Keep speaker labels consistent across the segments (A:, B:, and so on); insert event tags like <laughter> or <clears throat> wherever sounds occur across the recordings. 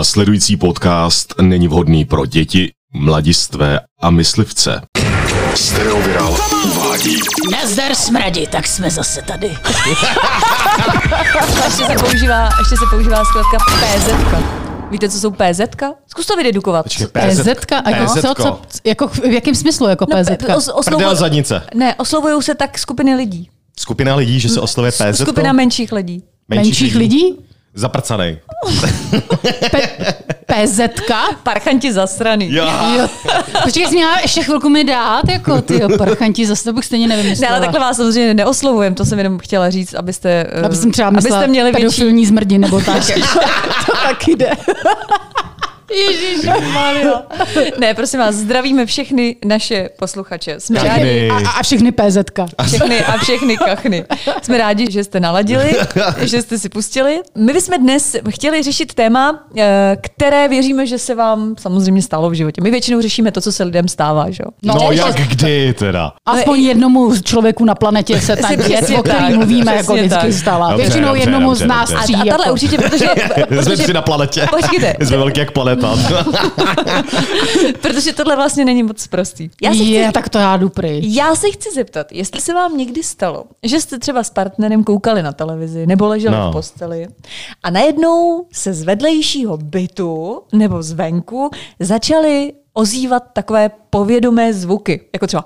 A: Následující podcast není vhodný pro děti, mladistvé a myslivce.
B: Stereoviral uvádí
C: Nazdar smradi, tak jsme zase tady.
D: Ještě se používá, ještě se používá zkrátka PZ. Víte, co jsou PZ? Zkus to vydedukovat.
C: PZ-ka, a jako, co,
E: PZ-ko.
C: co, jako, v jakém smyslu jako
D: No,
C: PZ?
D: pe- os-
E: Prdel
D: oslovu-
E: zadnice.
D: Ne, oslovují se tak skupiny lidí.
E: Skupina lidí, že se oslovuje PZ.
D: Skupina menších lidí.
C: Menších lidí?
E: Zaprcanej.
C: PZ?
D: Parchanti zasraný.
E: Jo.
C: Počkej, jsi měla ještě chvilku mi dát, jako ty parchanti, zase to bych stejně
D: Ne,
C: nevymyslela.
D: ale takhle vás samozřejmě neoslovujem, to jsem jenom chtěla říct, abyste, eh,
C: Aby jsem třeba myslela
D: abyste měli větší...
C: pedofilní zmrdi nebo tak.
D: <laughs>
C: to tak jde.
D: Ne, prosím vás, zdravíme všechny naše posluchače. Jsme
E: Všechny.
D: rádi,
C: A, a- a všechny PZ.
D: všechny a všechny kachny. Jsme rádi, že
E: <laughs>
D: jste naladili, že jste si pustili. My bychom dnes chtěli řešit téma, eh, které věříme, že se vám samozřejmě stalo v životě. My většinou řešíme to, co se lidem stává, že? jo?
E: No, no jak kdy teda?
C: Aspoň jednomu člověku na planetě se ta
D: Asi
C: věc,
D: přesně
C: o
D: tak,
C: který mluvíme, jako
D: přesně
C: vždycky
D: tak.
C: stala.
E: Dobře,
C: Většinou
E: dobře,
C: jednomu
E: dobře,
C: z nás
E: dobře.
C: tří.
D: A, a tahle
C: jako.
D: určitě, protože,
E: <laughs> Jsme tři
D: protože,
E: na planetě.
D: Počkejte.
E: <laughs> Jsme velký jak planeta.
D: protože tohle vlastně není moc prostý. Já se,
C: Je,
D: chci,
C: tak to já jdu pryč.
D: já se chci zeptat, jestli se vám někdy stalo, že jste třeba s partnerem koukali na televizi nebo leželi no.
E: No.
D: v posteli a najednou se z vedlejšího bytu nebo zvenku začaly ozývat takové povědomé zvuky, jako třeba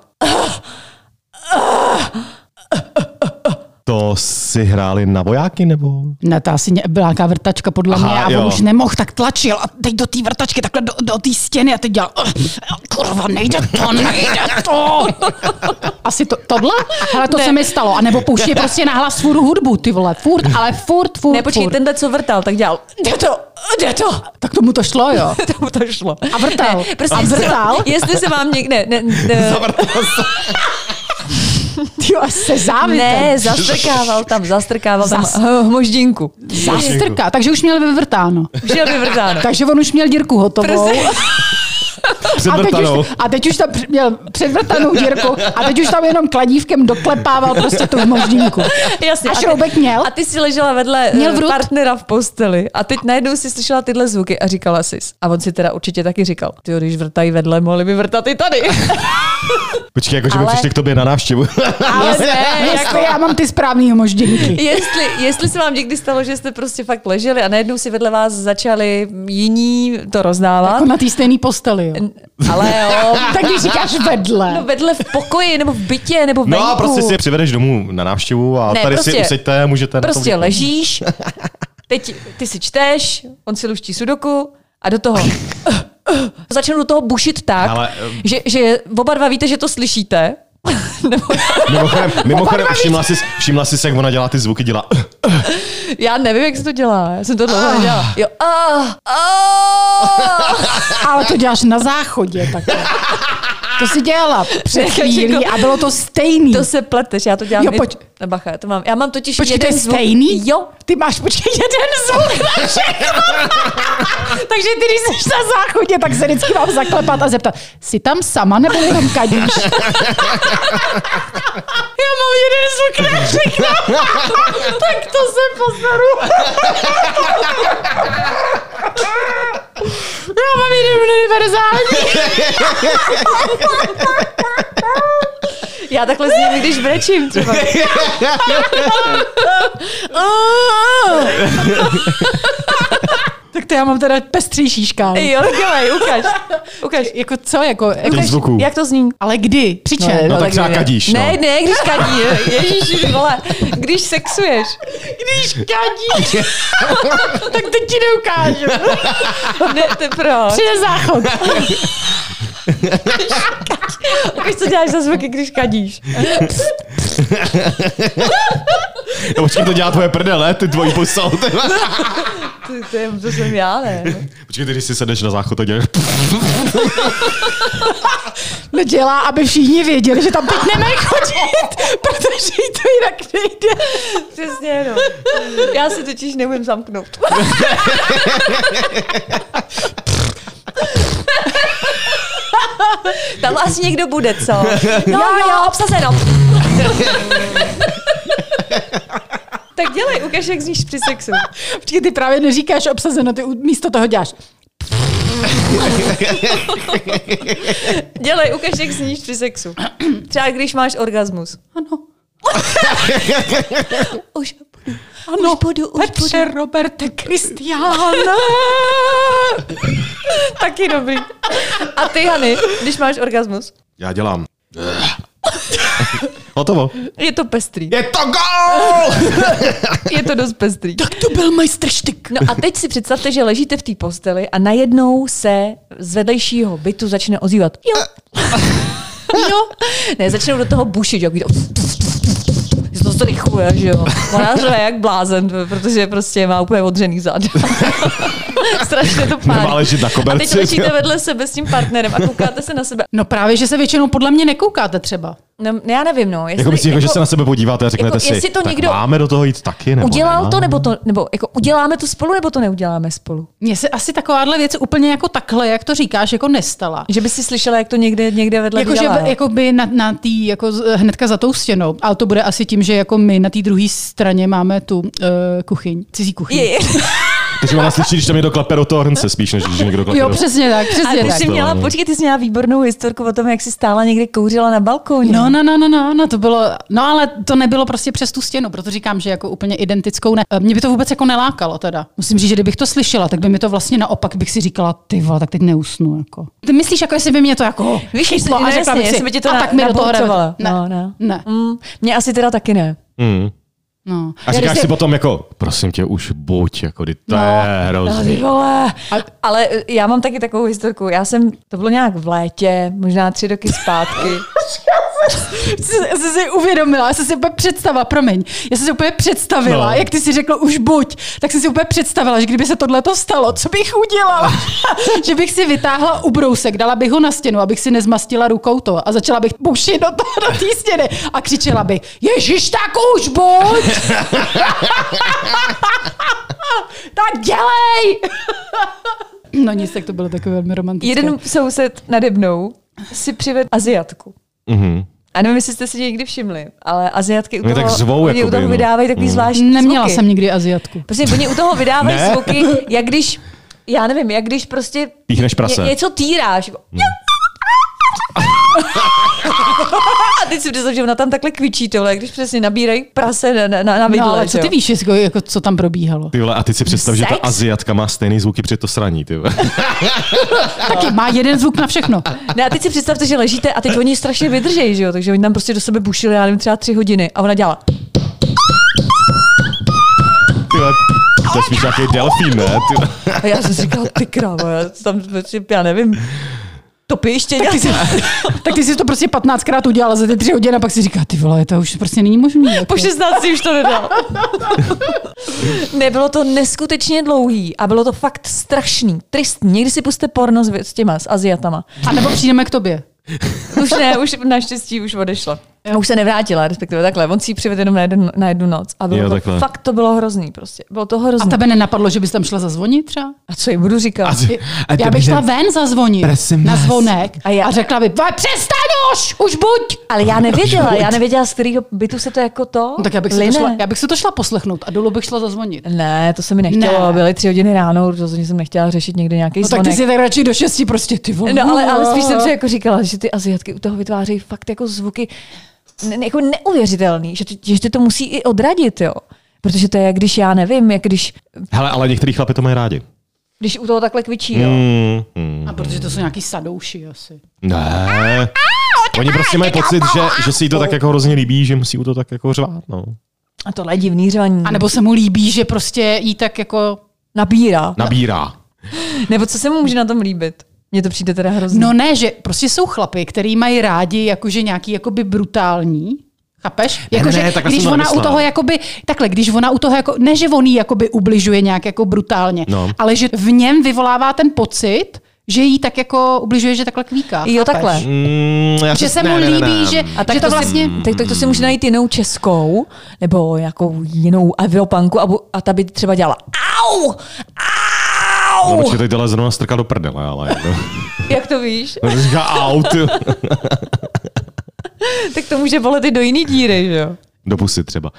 E: To si hráli na vojáky nebo?
C: Ne, ta asi ně- byla nějaká vrtačka podle
E: Aha,
C: mě a on
E: jo.
C: už nemohl, tak tlačil a teď do té vrtačky, takhle do, do té stěny a teď dělal, "Ugh, kurva, nejde to, nejde to. <laughs> Asi to, tohle? Ale to
D: Ne.
C: ne. se mi stalo. A nebo pouštěj prostě nahlas furt hudbu, ty vole, furt, ale furt, furt,
D: ne, počkej,
C: furt.
D: tenhle, co vrtal, tak dělal, jde to, jde to.
C: Tak <laughs> tomu to šlo, jo.
D: To mu to šlo.
C: A vrtal.
D: Ne, prostě
C: A vrtal?
D: Jestli se vám někde... Ne,
C: <laughs>
D: ne,
E: Zavrtala se.
C: Ty jo, až se závětem.
D: Ne, zastrkával tam, zastrkával tam
C: Zas-
D: h- hmoždinku.
C: Zástrka, takže už
E: <laughs>
C: měl vyvrtáno.
D: Žil no. vyvrtáno.
C: Takže on už měl dírku hotovou. A teď,
E: Předvrtanou.
C: už, a teď už tam při- měl předvrtanou dírku a teď už tam jenom kladívkem doklepával prostě tu
D: <laughs>
C: moždínku.
D: Jasně,
C: a
D: ty-
C: šroubek měl?
D: A ty si ležela vedle
C: Měl
D: eh,
C: vrut?
D: partnera v posteli a teď najednou si slyšela tyhle zvuky a říkala jsi. A on si teda určitě taky říkal, ty když vrtají vedle, mohli by vrtat
C: <laughs>
D: i tady. <laughs>
E: Počkej, jako že by
D: Ale-
E: přišli k tobě na návštěvu.
C: Ale
D: Jasně, No.
C: ne,
D: jako-
C: jako... já mám ty správný moždinky.
D: jestli, jestli se vám někdy stalo, že jste prostě fakt leželi a najednou si vedle vás začali jiní to rozdávat,
C: Jako na té stejné posteli,
D: <laughs>
C: jo.
D: ale
C: <laughs>
D: jo,
C: Tak když říkáš
D: no
C: vedle.
D: vedle v pokoji, nebo v bytě, nebo venku.
E: No a prostě si je přivedeš domů na návštěvu a
D: Ne,
E: tady
D: prostě-
E: si useďte, můžete na tom
D: Prostě
E: vypnout.
D: ležíš, teď ty si čteš, on si luští sudoku a do toho začnou do toho bušit tak,
E: Ale,
D: um, že, že oba dva víte, že to slyšíte. <laughs> Nebo
E: <laughs> Mimochodem, mimochodem všimla, jsi, všimla jsi, jak ona dělá ty zvuky, dělá <laughs>
D: já nevím, jak se to dělá. Já jsem to dlouho nedělala. Jo, ah, ah.
C: Ale to děláš na záchodě také. To si dělala před
D: Jako
C: chvílí
D: jako-
C: a bylo to stejný.
D: To se pleteš, já to dělám.
C: Jo,
D: i-
C: pojď.
D: Bacha, já to mám. Já mám totiž
C: Počkej, to
D: jeden
C: je
D: zvuk.
C: stejný?
D: Jo,
C: Ty máš, počkej, jeden zvuk na <laughs> všechno. Takže ty, když jsi na záchodě, tak se vždycky mám zaklepat a zeptat, jsi tam sama nebo jenom
D: <laughs>
C: kadíš? Já mám jeden zvuk na všechno. tak to se pozoru. Já mám jeden univerzální.
D: já takhle zním, když brečím třeba.
C: tak to já mám teda pestřejší škálu.
D: Jo, tak dělej, ukaž. Ukaž.
C: Jako co, jako...
E: těch zvuků.
D: Jak to zní?
C: Ale kdy? Přičem?
E: No tak třeba
D: ne.
E: kadíš, no.
D: Ne, ne, když kadí, ježíši, vole, když sexuješ.
C: Když kadíš,
D: <laughs>
C: tak teď ti neukážu.
D: Ne, to je proč.
C: Přijde záchod.
D: Ukaž, co děláš za zvuky, když kadíš.
E: No počkej, to dělá tvoje prdele, ty tvojí pusou. ty vole.
D: To, to, je, to jsem já, ne?
E: <laughs> Počkej, ty, když si sedneš na záchod, tak <laughs> děláš
C: <laughs> No dělá, aby všichni věděli, že tam teď nemají chodit, <laughs> protože jí to jinak nejde.
D: Přesně, no. Já si totiž neumím zamknout. Tam asi někdo bude, co? No, jo, jo, obsazeno. Tak dělej, ukaž, jak zníš při sexu.
C: Počkej, ty právě neříkáš obsazeno, ty u- místo toho děláš.
D: Dělej, ukaž, jak zníš při sexu. Třeba když máš orgasmus.
C: Ano,
D: Už budu.
C: ano,
D: Už budu, už
C: Petře, Roberte, Kristián.
D: Taky dobrý. A ty, Hany, když máš orgasmus,
A: Já dělám.
E: <laughs> Hotovo.
D: je to pestrý.
E: Je to <laughs> gol!
D: Je to dost pestrý.
C: tak <laughs> to byl majstrštyk.
D: No a teď si představte, že ležíte v té posteli a najednou se z vedlejšího bytu začne ozývat. Jo. jo. Ne, začnou do toho bušit, jak to že to zrychluje, že jo. Ona řve jak blázen, protože prostě má úplně odřený zad. <laughs> Strašně to pálí.
E: Nemá ležet na
D: a teď
E: koberci.
D: ležíte vedle sebe s tím partnerem a koukáte se na sebe.
C: No právě, že se většinou podle mě nekoukáte třeba.
D: No, ne, já nevím, no. Jestli,
E: Jako myslíš, jako, že se na sebe podíváte a řeknete
D: jako,
E: si,
D: jestli to
E: tak
D: někdo-
E: máme do toho jít taky, nebo
D: udělal to,
E: nemáme?
D: nebo to, nebo jako uděláme to spolu, nebo to neuděláme spolu?
C: Mně se asi takováhle věc úplně jako takhle, jak to říkáš, jako nestala.
D: Že by si slyšela, jak to někde, někde vedle
C: Jako, že,
D: dělá.
C: jako by na, na tý, jako z- hnedka za tou stěnou, ale to bude asi tím, že jako my na té druhé straně máme tu uh, kuchyň, cizí kuchyň.
D: Je, je.
E: <laughs> Takže ona slyší, když tam někdo klepe do toho hrnce spíš, než když někdo klepe
C: Jo,
E: do...
C: přesně tak,
D: A
C: přesně
D: ty
C: tak.
D: jsi měla,
E: no.
D: počkej, ty jsi měla výbornou historku o tom, jak jsi stála někde kouřila na balkóně.
C: No, no, no, no, no, no, to bylo, no ale to nebylo prostě přes tu stěnu, proto říkám, že jako úplně identickou ne. Mě by to vůbec jako nelákalo teda. Musím říct, že kdybych to slyšela, tak by mi to vlastně naopak bych si říkala, ty vole, tak teď neusnu jako. Ty myslíš, jako jestli by mě to jako
D: Víš,
C: chytlo a
D: no
C: řekla
D: jasně,
C: bych si,
D: jestli by tě to
C: a
D: na-
C: tak mi do toho
D: naboucovala.
C: Ne,
D: No, no.
C: ne,
D: Mm, mě asi teda taky ne.
E: Mm.
C: no.
E: A říkáš
D: když
E: si
D: je-
E: potom jako, prosím tě, už buď, jako, kdy to je
D: No,
E: hrozný.
D: ty vole. Ale eh, já mám taky takovou historku. Já jsem, to bylo nějak v létě, možná tři roky <laughs> zpátky.
C: Já jsem si uvědomila, já jsem si úplně představila, promiň, já jsem si úplně představila,
E: No.
C: no. jak ty si řekl už buď, tak jsem si úplně představila, že kdyby se tohle to stalo, co bych
D: <laughs>
C: udělala? že bych si vytáhla ubrousek, dala bych ho na stěnu, abych si nezmastila rukou to a začala bych bušit do toho do té stěny a křičela bych, Ježíš, tak už buď!
D: <laughs>
C: tak dělej! no nic, tak to bylo takové velmi romantické.
D: Jeden soused nade mnou si přivedl Aziatku.
E: Mhm.
D: A nevím, jestli jste si někdy všimli, ale Aziatky u
E: Oni
D: toho,
E: tak řvou,
D: oni u
E: jakoby,
D: toho
E: no.
D: vydávají takový
E: Mm.
D: zvláštní
C: Neměla
D: zvuky.
C: jsem nikdy Aziatku.
D: Prostě oni u toho vydávají
E: Ne.
D: zvuky, jak když, já nevím, jak když prostě
E: Píchneš prase.
D: Ně, něco týráš. Jako, <laughs> A teď si představ, že ona tam takhle kvičí tohle, když přesně nabírají prase na, na, na vidle.
C: No, ale co
D: že
C: ty
D: jo?
C: víš, jako, jako, co tam probíhalo?
E: Ty vole, a ty si představ, že ta
D: Sex?
E: Aziatka má stejný zvuky při to sraní, ty vole. <laughs>
C: Taky má jeden zvuk na
D: <laughs>
C: všechno.
D: Ne, a teď si představte, že ležíte a teď oni strašně vydržejí, že jo? Takže oni tam prostě do sebe bušili, já nevím, třeba tři hodiny. A ona dělala.
E: Ty vole,
C: Oh
E: to je spíš nějaký delfín, ne? Ty vole.
D: A já jsem si říkala, ty krávo, já tam, prostě, já nevím, topí ještě nějak.
C: <laughs> Tak ty jsi to prostě 15krát udělala za ty tři hodiny a pak si říká, ty vole, to už prostě není možné. Jako.
D: Po 16 už to nedal. Nebylo to neskutečně dlouhý a bylo to fakt strašný, tristní. Někdy si puste porno s, s těma, s Aziatama.
C: A nebo přijdeme k tobě.
D: Už ne, už naštěstí už odešla. A už se nevrátila, respektive takhle. On si ji přivedl jenom na, jeden, na jednu noc. A bylo
E: Jo,
D: to,
E: takhle.
D: fakt to bylo hrozný prostě. Bylo to
C: A
D: hrozný. A,
C: tebe nenapadlo, že bys tam šla zazvonit třeba?
D: co jí budu říkat?
E: Azi- a
C: Já bych
E: dobře.
C: šla ven zazvonit
E: Prosím
C: na
E: vás.
C: zvonek
D: A
C: a,
D: já- No,
C: já... a řekla by, "Vole, přestaň už, už buď.
D: Ale já nevěděla, já nevěděla, z kterého bytu se to jako to
C: No, tak já bych, si
D: line.
C: to šla, já bych si to šla poslechnout a dolů bych šla zazvonit.
D: Ne, to se mi nechtělo.
C: Ne.
D: Byly tři hodiny ráno, rozhodně jsem nechtěla řešit někde nějaký
C: No tak
D: zvonek.
C: ty si tak radši do šesti prostě ty vole.
D: No ale, ale spíš jsem si jako říkala, že ty Aziatky u toho vytvářejí fakt jako zvuky ne, ne- jako neuvěřitelný, že, ty- že ty to musí i odradit, jo. Protože to je, jak když já nevím, jak když,
E: Hele, ale některý chlapy to mají rádi.
D: když u toho takhle kvičí, jo.
E: Mm, mm.
C: A protože to jsou nějaký sadouši asi. Ah,
E: Ne. Oni prostě mají pocit, že, že si jí to tak jako hrozně líbí, že musí u to tak jako řvát, no.
D: A tohle je divný řvaní.
C: A nebo se mu líbí, že prostě jí tak jako
D: Nabírá.
E: Nabírá.
D: Nebo co se mu může na tom líbit? Mně to přijde teda hrozně.
C: No ne, že prostě jsou chlapy, který mají rádi jakože nějaký jakoby brutální, Chápeš?
E: Ne,
C: Jako,
E: ne,
C: že,
E: takhle
C: když
E: jsem to
C: ona u
E: nemyslel.
C: toho jakoby, takhle, když ona u toho jako, ne, že on jí jakoby ubližuje nějak jako brutálně,
E: No.
C: ale že v něm vyvolává ten pocit, že jí tak jako ubližuje, že takhle kvíká.
D: jo,
C: chápeš?
D: takhle.
E: Mm, já
C: Že
E: to-
C: se
E: ne,
C: mu
E: ne, ne,
C: líbí,
E: ne.
C: že-
D: A
C: to
D: tak, to
C: vlastně-
D: si, tak, tak to si může najít jinou českou, nebo nějakou jinou evropanku a, bu- a ta by třeba dělala au,
E: No,
D: au.
E: počkej, tady tohle zrovna strká do prdele, ale jako. <laughs>
D: Jak to víš?
E: No, to říká aut.
D: tak to může bolet i do jiný díry, že jo?
E: Do pusy třeba.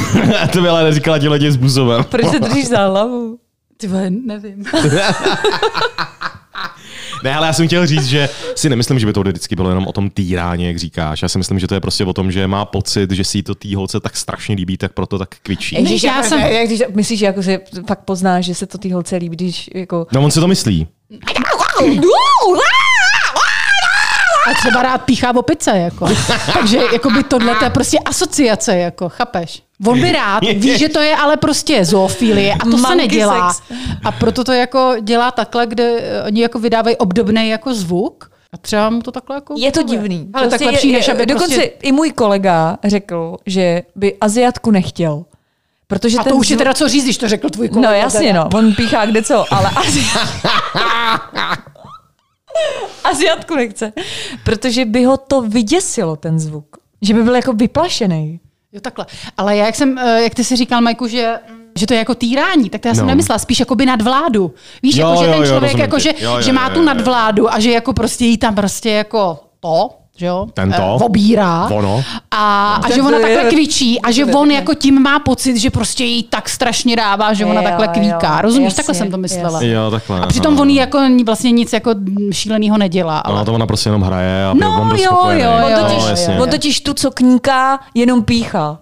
E: <laughs> to byla neříkala ti lidi s buzovem.
D: Proč se držíš za hlavu?
C: Ty vole, nevím.
E: Ne, ale já jsem chtěl říct, že si nemyslím, že by to vždycky bylo jenom o tom týrání, jak říkáš. Já si myslím, že to je prostě o tom, že má pocit, že si jí to tý holce tak strašně líbí, tak proto tak kvičí.
C: Ej, Ježíš, já
D: jako-
C: jsem-
D: jak když, myslíš, že jako se fakt poznáš, že se to ty holce líbí, když jako...
E: No on si to myslí.
C: No, A třeba rád píchá v opice, jako. Takže jako by tohle to je prostě asociace, jako, chápeš? On by rád, ví, že to je ale prostě zoofilie a to se
D: Monkey
C: nedělá.
D: sex.
C: A proto to jako dělá takhle, kde eh, oni jako vydávají obdobný jako zvuk. A třeba mu to takhle jako...
D: Je to
C: vyhovuje.
D: divný.
C: Ale tak
D: Prostě
C: lepší,
D: je-
C: než aby
D: Dokonce
C: prostě...
D: i můj kolega řekl, že by Aziatku nechtěl. Protože
C: A
D: ten
C: to už je
D: zvuk-
C: teda co říct, když to řekl tvůj kolega.
D: No jasně, no. On píchá kde co, <laughs> ale asi... Asiatku nechce. Protože by ho to vyděsilo, ten zvuk. Že by byl jako vyplašený.
C: Jo, takhle. Ale já, jak, jsem, eh, jak ty si říkal, Majku, že že to je jako týrání, tak to já jsem
E: No.
C: no. nemyslela, spíš jako by nadvládu. Víš,
E: Jo,
C: jako, že
E: jo,
C: ten
E: jo,
C: člověk,
E: rozumím
C: jako,
E: ti.
C: že,
E: Jo, jo,
C: že má
E: jo,
C: tu
E: jo, jo.
C: nadvládu a že jako prostě jí tam prostě jako to, že jo,
E: Tento.
C: eh, obírá.
E: Ono.
C: A, a že
D: Tento
C: ona
D: je-
C: takhle kvičí a že on jako tím má pocit, že prostě jí tak strašně dává, že ona
D: Jo,
C: takhle kvíká.
D: jo,
C: Rozumíš,
D: jasně,
C: takhle jsem to myslela.
D: jasně.
E: Jo, takhle. no.
C: A přitom on jí jako vlastně nic jako šíleného nedělá. Ale...
E: Ona to ona prostě jenom hraje a
C: No,
E: on byl
C: jo,
E: spokojený.
C: jo,
D: On
C: jo,
D: totiž,
E: no, jasně.
D: on totiž tu, co kníká, jenom píchá.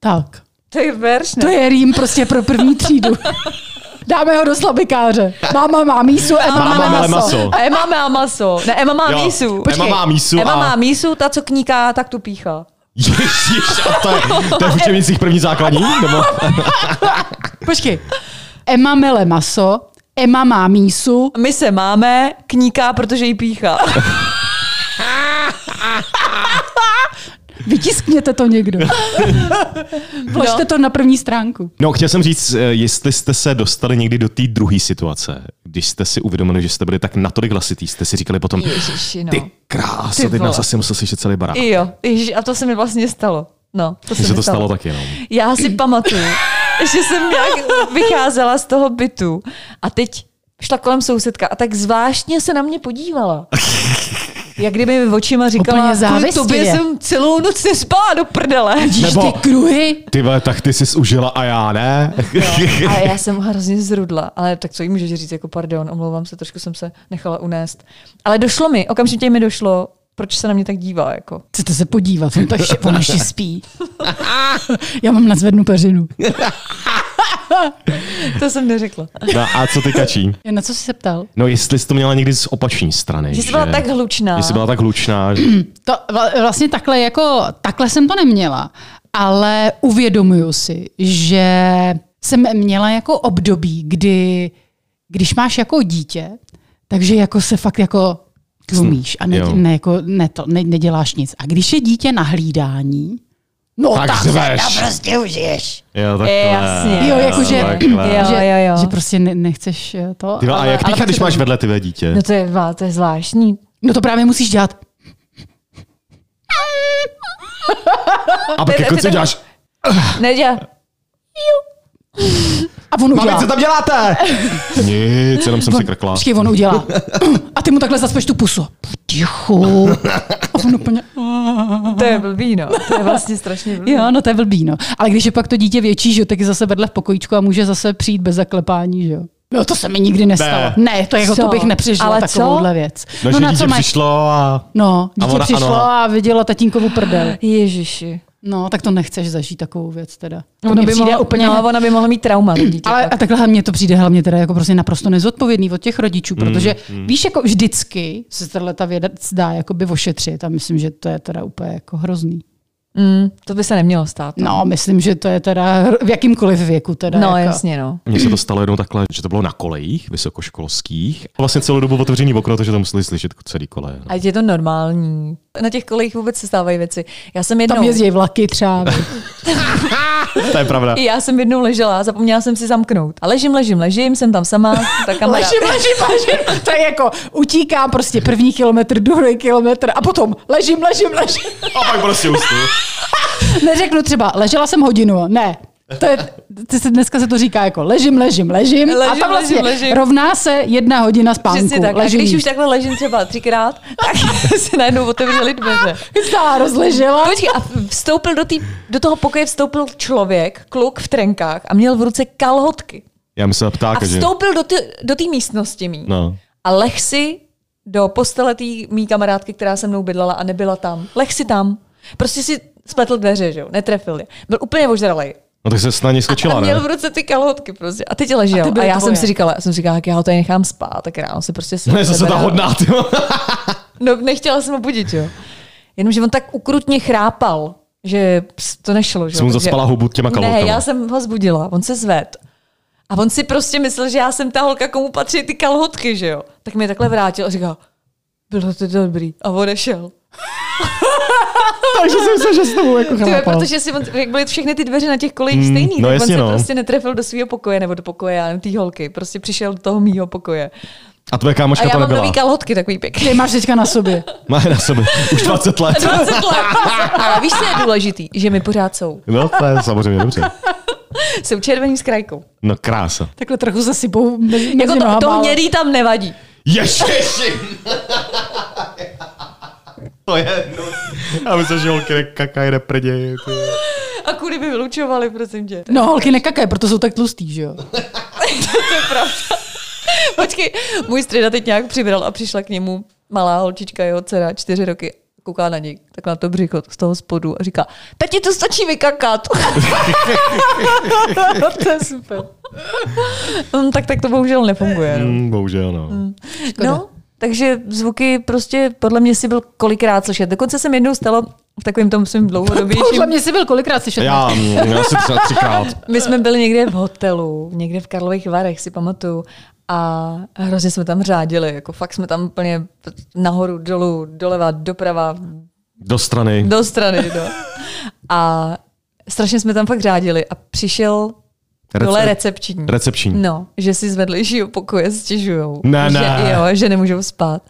C: Tak.
D: To je verš,
C: To je rým prostě pro první třídu. Dáme ho do slabikáře. Máma má mísu, Emma
E: Máma
C: má
E: má
C: maso.
E: maso.
D: A Emma má maso. Ne, Emma má
E: Jo,
D: mísu.
E: Emma má mísu
D: Emma
E: a-
D: má mísu, ta, co kníká, tak tu píchá.
E: Ježíš, a to je, to je v učebnicích první základní? Nebo?
C: Počkej. Emma mele maso, Emma má mísu.
D: My se máme, kníká, protože jí píchá.
C: Vytiskněte to někdo. Vložte to na první stránku.
E: No, chtěl jsem říct, eh, jestli jste se dostali někdy do té druhé situace, když jste si uvědomili, že jste byli tak natolik hlasitý, jste si říkali potom,
D: Ježiši, no.
E: ty krása,
D: Ty
E: teď nás
D: vole.
E: asi musel slyšet celý barák.
D: I jo, Ježiš, a to se mi vlastně stalo. No, to
E: Mně se
D: mi
E: to stalo taky, no.
D: Já
E: <laughs>
D: si pamatuju, že jsem nějak vycházela z toho bytu a teď šla kolem sousedka a tak zvláštně se na
E: <laughs>
D: mě podívala. Jak kdyby mi očima říkala,
C: Úplně
D: kvůli tobě
C: závistivě.
D: jsem celou noc nespala do prdele.
C: Vidíš
E: Nebo-
C: ty kruhy?
E: Ty vole, tak ty jsi užila a já ne?
D: A já jsem hrozně zrudla, ale tak co jí můžeš říct, jako pardon, omlouvám se, trošku jsem se nechala unést. Ale došlo mi, okamžitě mi došlo, proč se na mě tak dívá, jako.
C: Chcete se podívat, on, tak, on ještě spí. Já mám nadzvednu peřinu.
D: To jsem neřekla.
E: <laughs> No, a co ty kačí?
C: Na co jsi se ptal?
E: No, jestli jsi to měla někdy z opační strany.
D: Že jsi byla tak hlučná.
E: Že jsi byla tak hlučná.
D: <clears throat>
E: že-
C: To vla- vlastně takhle, jako, takhle jsem to neměla, ale uvědomuju si, že jsem měla jako období, kdy, když máš jako dítě, takže jako se fakt jako tlumíš a ne,
E: Jo.
C: ne, jako, ne, to, ne, neděláš nic. A když je dítě na hlídání, no tak,
E: Tak
C: tak
E: řveš.
C: prostě užiješ.
E: Jo, tak
D: Eh, jasně.
C: Jo, jakože,
E: takhle.
D: Jo,
C: že,
D: jo, jo.
C: že prostě ne, nechceš eh, to.
E: Ty vole, a
C: ale-
E: jak
C: ale
E: píchat, když
C: prostě-
E: máš vedle ty dítě?
D: No to je, vá- to je zvláštní.
C: No to právě musíš dělat.
E: A pak
D: ty-
E: jako
D: ty
E: co
D: tak-
E: děláš?
D: Ne, já,
C: A on
D: No.
C: udělá.
E: Mami, co tam děláte? Nic, jenom jsem si krkla.
C: Počkej, on
D: <laughs>
C: udělá. A ty mu takhle zaspeš tu pusu. Tichu. A on úplně,
D: to je blbý, no. To je vlastně strašně blbý.
C: jo, no to je blbý, no. Ale když je pak to dítě větší, že jo, tak je zase vedle v pokojíčku a může zase přijít bez zaklepání, že jo. No to se mi nikdy nestalo. Ne, to, jako, to
D: Co?
C: bych nepřežila
D: Ale
C: Ale
D: co?
C: takovouhle věc.
E: No, že dítě přišlo a...
C: No,
E: A
C: dítě
E: ona-
C: přišlo
E: ano.
C: a vidělo tatínkovu prdel.
D: Ježiši.
C: No, tak to nechceš zažít takovou věc teda. To
D: Ona
C: mně
D: by,
C: přijde
D: mohla, úplně... no, ona by mohla mít trauma, to dítě.
C: Ale
D: Ale...
C: a takhle hlavně to přijde hlavně teda jako prostě naprosto nezodpovědný od těch rodičů, protože víš, jako vždycky se tahle ta věda dá jakoby ošetřit a myslím, že to je teda úplně jako hrozný.
D: Mm, to by se nemělo stát. No,
C: No, myslím, že to je teda hr- v jakýmkoliv věku teda.
D: no
C: jako.
D: jasně, no.
E: Mně se to stalo jednou takhle, že to bylo na kolejích vysokoškolských. Vlastně celou dobu otevřený okno, takže to museli slyšet celý kole. No.
D: A je to normální. Na těch kolejích vůbec se stávají věci. Já jsem jednou...
C: Tam jezdí vlaky třeba. <laughs>
D: Ah.
E: To je
D: <laughs>
E: pravda.
D: I já jsem jednou ležela a zapomněla jsem si zamknout. A ležím, ležím, ležím, jsem tam sama, ta kamarád.
C: ležím, ležím, ležím. To je jako utíkám prostě první kilometr, druhý kilometr a potom ležím, ležím, ležím.
E: A pak prostě usnu.
C: Neřeknu třeba, ležela jsem hodinu, ne. To je, ty se dneska se to říká jako ležím, ležím, ležím. a
D: Ležím,
C: to vlastně
D: ležím, ležím.
C: rovná se jedna hodina spánku.
D: Přesně tak. A
C: ležení.
D: když už takhle ležím třeba třikrát, <laughs> tak se najednou otevřeli dveře.
C: Celá
D: <laughs>
C: rozležela.
D: Počkej, a vstoupil do, tý, do toho pokoje vstoupil člověk, kluk v trenkách a měl v ruce kalhotky.
E: Já myslím na
D: A
E: ptáka, že?
D: vstoupil do té do té místnosti mý.
E: No.
D: A leh si do postele té mý kamarádky, která se mnou bydlela a nebyla tam. Leh si tam. Prostě si spletl dveře, že jo? Netrefil je. Byl úplně ožralej.
E: no tak se na ně
D: a
E: skočila, ne? <laughs>
D: měl v ruce ty kalhotky prostě. A teď ležel.
C: ty
D: A, a
C: byly
D: já jsem
C: tvoje.
D: si říkala, já jsem říkala, jak já ho tady nechám spát, tak ráno se prostě
E: Ne, zase ta
D: seberal.
E: hodná, ty. jo.
D: No, nechtěla jsem ho budit, jo. Jenomže on tak ukrutně chrápal, že ps, to nešlo. Že?
E: Jsem mu
D: Takže-
E: zaspala hubu těma kalhotkama.
D: Ne, já jsem ho zbudila, on se zved. A on si prostě myslel, že já jsem ta holka, komu patří ty kalhotky, že jo. Tak mě takhle vrátil a říkal, bylo to dobrý. A odešel.
E: Takže jsem se, že s tebou jako
D: Ty, jo,
E: chápal.
D: protože si on, jak byly všechny ty dveře na těch kolejích
E: Mm,
D: stejný,
E: no
D: tak
E: jasně,
D: on se
E: no.
D: prostě netrefil do svého pokoje nebo do pokoje, já nevím, té holky. Prostě přišel do toho mýho pokoje.
E: A tvoje
D: A
E: kámoška
D: já
E: to
D: mám
E: nebyla.
D: nový kalhotky,
E: <laughs>
D: takový pěkný. <laughs>
C: Ty máš teďka na sobě.
E: Má je na sobě. Už 20 let.
D: 20 let.
E: <laughs>
D: Ale víš, co je důležitý? Že mi pořád jsou.
E: No, to je samozřejmě dobře.
D: Jsou červený s krajkou.
E: No krása.
C: Takhle trochu za sebou mezi, mezi
D: Jako to,
C: nohama,
D: to
C: ale-
D: hnědý tam nevadí.
E: Ježiši! <laughs> to je, no. Já myslím, že holky nekaká jde prději.
D: A kudy by vylučovali, prosím tě.
C: No, holky nekakají, proto jsou tak tlustý, že jo?
D: No. <laughs> Počkej, můj strida teď nějak přibral a přišla k němu malá holčička, jeho dcera, čtyři roky, kouká na něj, tak na to břicho z toho spodu a říká, tati, to stačí vykakat. <laughs> to je super. Mm, tak, tak to bohužel nefunguje. No.
E: Mm, bohužel, no.
D: No, takže zvuky prostě podle mě si byl kolikrát slyšet. Dokonce jsem jednou stalo v takovém tom svým
C: <laughs>
D: dlouhodobějším
C: Podle mě jsi byl kolikrát slyšet.
E: Já, mm, já si třeba třikrát.
D: My jsme byli někde v hotelu, někde v Karlových Varech, si pamatuju. A hrozně jsme tam řádili, jako fakt jsme tam úplně nahoru, dolů, doleva, doprava,
E: Do strany.
D: do strany, do. A strašně jsme tam fakt řádili a přišel
E: Recep-
D: Recep- dole recepční.
E: Recepční.
D: No, že si z vedlejšího pokoje stěžujou.
E: Ne,
D: že,
E: ne.
D: Jo, že nemůžou spát.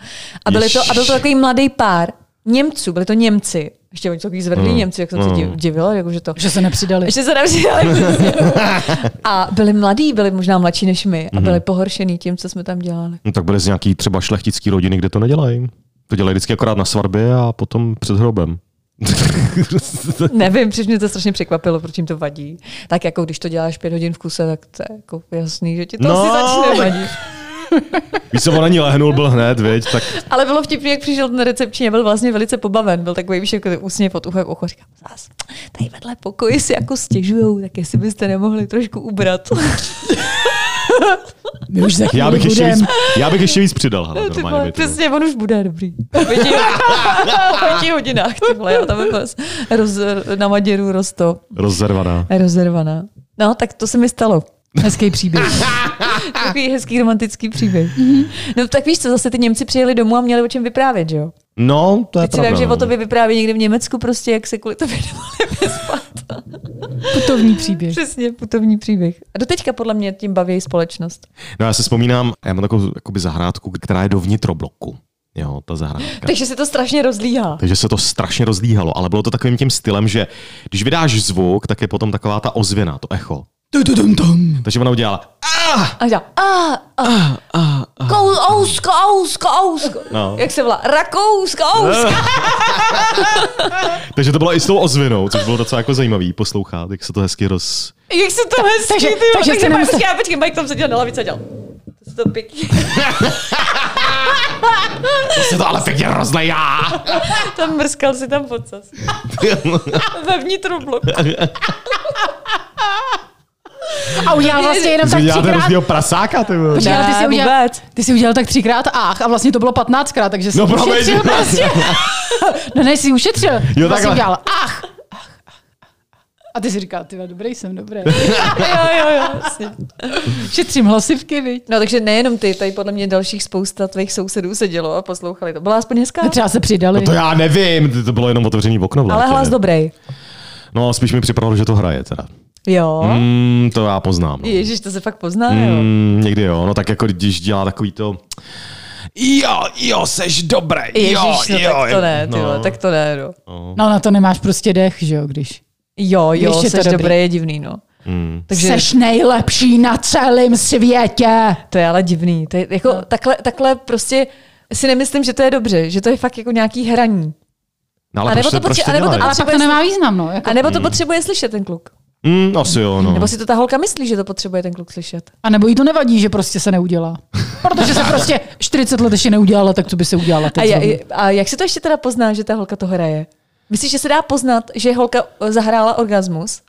D: A, byli to, a byl
E: Ježiš.
D: to takový mladý pár Němců, byli to Němci. Ještě oni jsou takový zvedlí Němci, jak jsem se div- divila, jako, že to...
C: Že se nepřidali.
D: Ještě se nevzdělali. a byli mladí, byli možná mladší než my a byli pohoršený tím, co jsme tam dělali.
E: No, tak byly z nějaký třeba šlechtický rodiny, kde to nedělají. To dělají vždycky akorát na svatbě a potom před hrobem.
D: Nevím, protože mě to strašně překvapilo, proč jim to vadí. Tak jako když to děláš pět hodin v kuse, tak to je jako jasný, že ti to
E: No.
D: no. asi začne vadit.
E: Víš, co on na ní lehnul, byl hned, viď? Tak
D: Ale bylo vtipný, jak přišel ten recepční a byl vlastně velice pobaven. Byl takový víš, jako ten úsměv pod uchem ocho. Říkám, zás, tady vedle pokoji si jako stěžujou, tak jestli byste nemohli trošku ubrat.
C: My už za
E: já bych, ještě
C: budem.
E: víc, já bych ještě víc přidal. Hele,
D: Ty
E: normálně,
D: vole,
E: by to bylo.
D: přesně, on už bude dobrý. Po pěti, po pěti hodinách, ty vole, já tam jako roz, na Maděru rosto,
E: Rozervaná.
D: rozervaná. No, tak to se mi stalo.
C: Hezký příběh.
D: Takový hezký romantický příběh. No tak víš co, zase ty Němci přijeli domů a měli o čem vyprávět, že jo?
E: No, to je
D: Teď si vím,
E: pravda.
D: že o
E: no.
D: tobě vyprávějí někde v Německu prostě, jak se kvůli tobě <laughs> nemohli vyspat.
C: Putovní příběh.
D: Přesně, putovní příběh. A doteďka podle mě tím baví společnost.
E: No já si vzpomínám, já mám takovou jakoby zahrádku, která je do vnitrobloku. Jo, ta zahrádka.
D: Takže se to strašně rozlíhá.
E: Takže se to strašně rozdíhalo, ale bylo to takovým tím stylem, že když vydáš zvuk, tak je potom taková ta ozvěna, to echo. Takže ona udělala,
D: A já, a, a, a, a. Kousko, ousko, ousko.
E: No.
D: No. Jak se volá? Rakousko, ousko.
E: takže to bylo i s tou ozvěnou, což bylo docela jako zajímavý poslouchat, jak se to hezky roz...
D: Jak se to hezky,
C: takže-
D: ty, jo.
C: takže
D: takže
C: se
D: pak-
C: nemysle-
D: počkej, počkej, Mike tam seděl na lavici a dělal. To se to pěkně. <laughs>
E: Se to ale pěkně <laughs> rozlejá!
D: Tam mrskal si tam podsas. Ve vnitru bloku.
C: A udělal vlastně jenom tak
E: Děláte
C: třikrát.
E: rozdíl prasáka, ty vole.
C: Počkej, ale ty
D: Ne,
C: si udělal,
D: vůbec.
C: ty si udělal tak třikrát ách a vlastně to bylo patnáctkrát, takže jsi
E: No, promiň.
C: ušetřil
E: <laughs>
C: <laughs> prostě. no ne, jsi ušetřil. Jo,
E: takhle.
C: jsi udělal ach, ach, ach, ach. A ty jsi říkal, ty vole, dobrý jsem, dobrý.
D: jo, jo, jo. Jasně.
C: Šetřím hlasivky, viď?
D: No takže nejenom ty, tady podle mě dalších spousta tvých sousedů sedělo a poslouchali to. Byla aspoň hezká.
C: A No, třeba se přidali.
E: No To já nevím, to bylo jenom otevřený okno. v
D: Ale
E: létě.
D: hlas dobrý.
E: No, spíš mi připadalo, že to hraje teda.
D: Jo.
E: Mm, to já poznám. No.
D: Ježíš, to se fakt pozná, jo.
E: Mm, někdy jo, no tak jako když dělá takový to... Jo, jo, seš dobrý, jo,
D: Ježíš, no
E: jo.
D: tak to ne, ty
E: no.
D: vole, tak to ne, no.
C: No na to nemáš prostě dech, že jo, když.
D: Jo, jo,
C: Když je to
D: jsi dobrý.
C: dobrý.
D: dobrý, je divný, no.
E: Mm.
D: Takže
C: Seš nejlepší na celém světě.
D: to je ale divný. To je jako no. takhle, takhle prostě si nemyslím, že to je dobře, že to je fakt jako nějaký hraní.
E: No,
D: A
E: ale
D: nebo
E: proč to,
D: to
E: proč
D: potře-
E: to
D: a nebo to-
E: dělají?
C: Ale pak to nemá význam, no. Jako.
D: A nebo to potřebuje slyšet ten kluk.
E: Mm, asi jo, no.
D: Nebo si to ta holka myslí, že to potřebuje ten kluk slyšet.
C: A nebo jí to nevadí, že prostě se neudělá. Protože <laughs> se prostě 40 let ještě neudělala, tak co by se udělala
D: A,
C: teď
D: je,
C: zrovna?
D: a jak se to ještě teda pozná, že ta holka to hraje? Myslíš, že se dá poznat, že holka eh, zahrála orgasmus?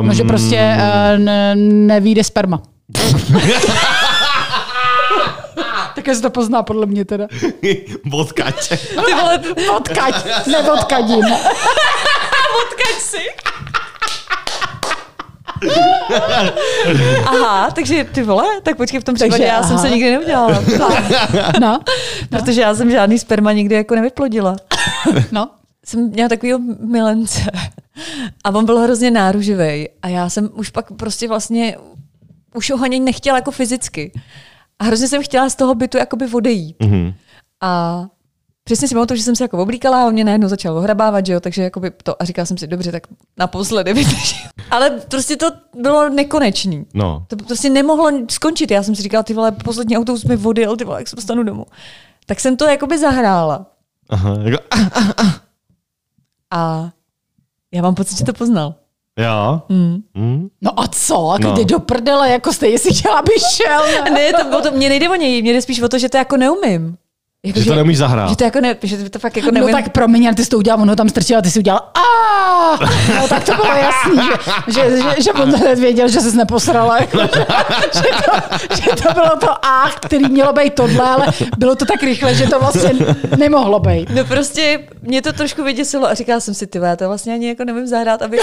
E: Um,
C: No, že prostě uh, ne, nevíde sperma. tak se to pozná podle mě teda.
E: <laughs> Odkaď.
C: No,
D: Ty vole,
C: Odkaď, <laughs> neodkadím.
D: potkač si. <laughs> Aha, takže ty vole, tak počkej, v tom případě
C: Takže
D: já jsem
C: aha.
D: se nikdy neudělala.
C: <laughs> No,
D: Protože já jsem žádný sperma nikdy jako nevyplodila.
C: no.
D: jsem měla takovýho milence a on byl hrozně náruživý a já jsem už pak prostě vlastně už ho ani nechtěla jako fyzicky. A hrozně jsem chtěla z toho bytu jakoby odejít.
E: Mhm.
D: A přesně si pamatuju, že jsem se jako oblíkala a on mě najednou začal ohrabávat, že jo, takže jakoby to a říkala jsem si, dobře, tak naposledy vydržím. Ale prostě to bylo nekonečný.
E: No.
D: To prostě nemohlo skončit. Já jsem si říkala, ty vole, poslední autobus mi odjel, ty vole, jak se dostanu domů. Tak jsem to jakoby zahrála.
E: Aha, jako,
D: A já mám pocit, že to poznal.
E: "Ah, jo.
D: Mm.
E: Mm.
C: No a co? A
E: No.
C: Kdy do prdele, jako stejně si chtěla, aby šel.
D: A ne, jako to, o to, mě nejde o něj, mě jde spíš o to, že to jako neumím. Jako,
E: Že to neumíš zahrát.
D: Že to, jako ne, že to fakt jako
C: <laughs> No
D: neumím.
C: tak promiň, ale ty jsi to udělal, ono tam strčila, ty jsi udělal a No tak to bylo jasný, že, že, že, že on hned věděl, že ses neposrala. <laughs> Jako, že, že, to, že to bylo to a, který mělo být tohle, ale bylo to tak rychle, že to vlastně nemohlo být.
D: No prostě mě to trošku vyděsilo a říkala jsem si, ty vole, já to vlastně ani jako nevím zahrát, aby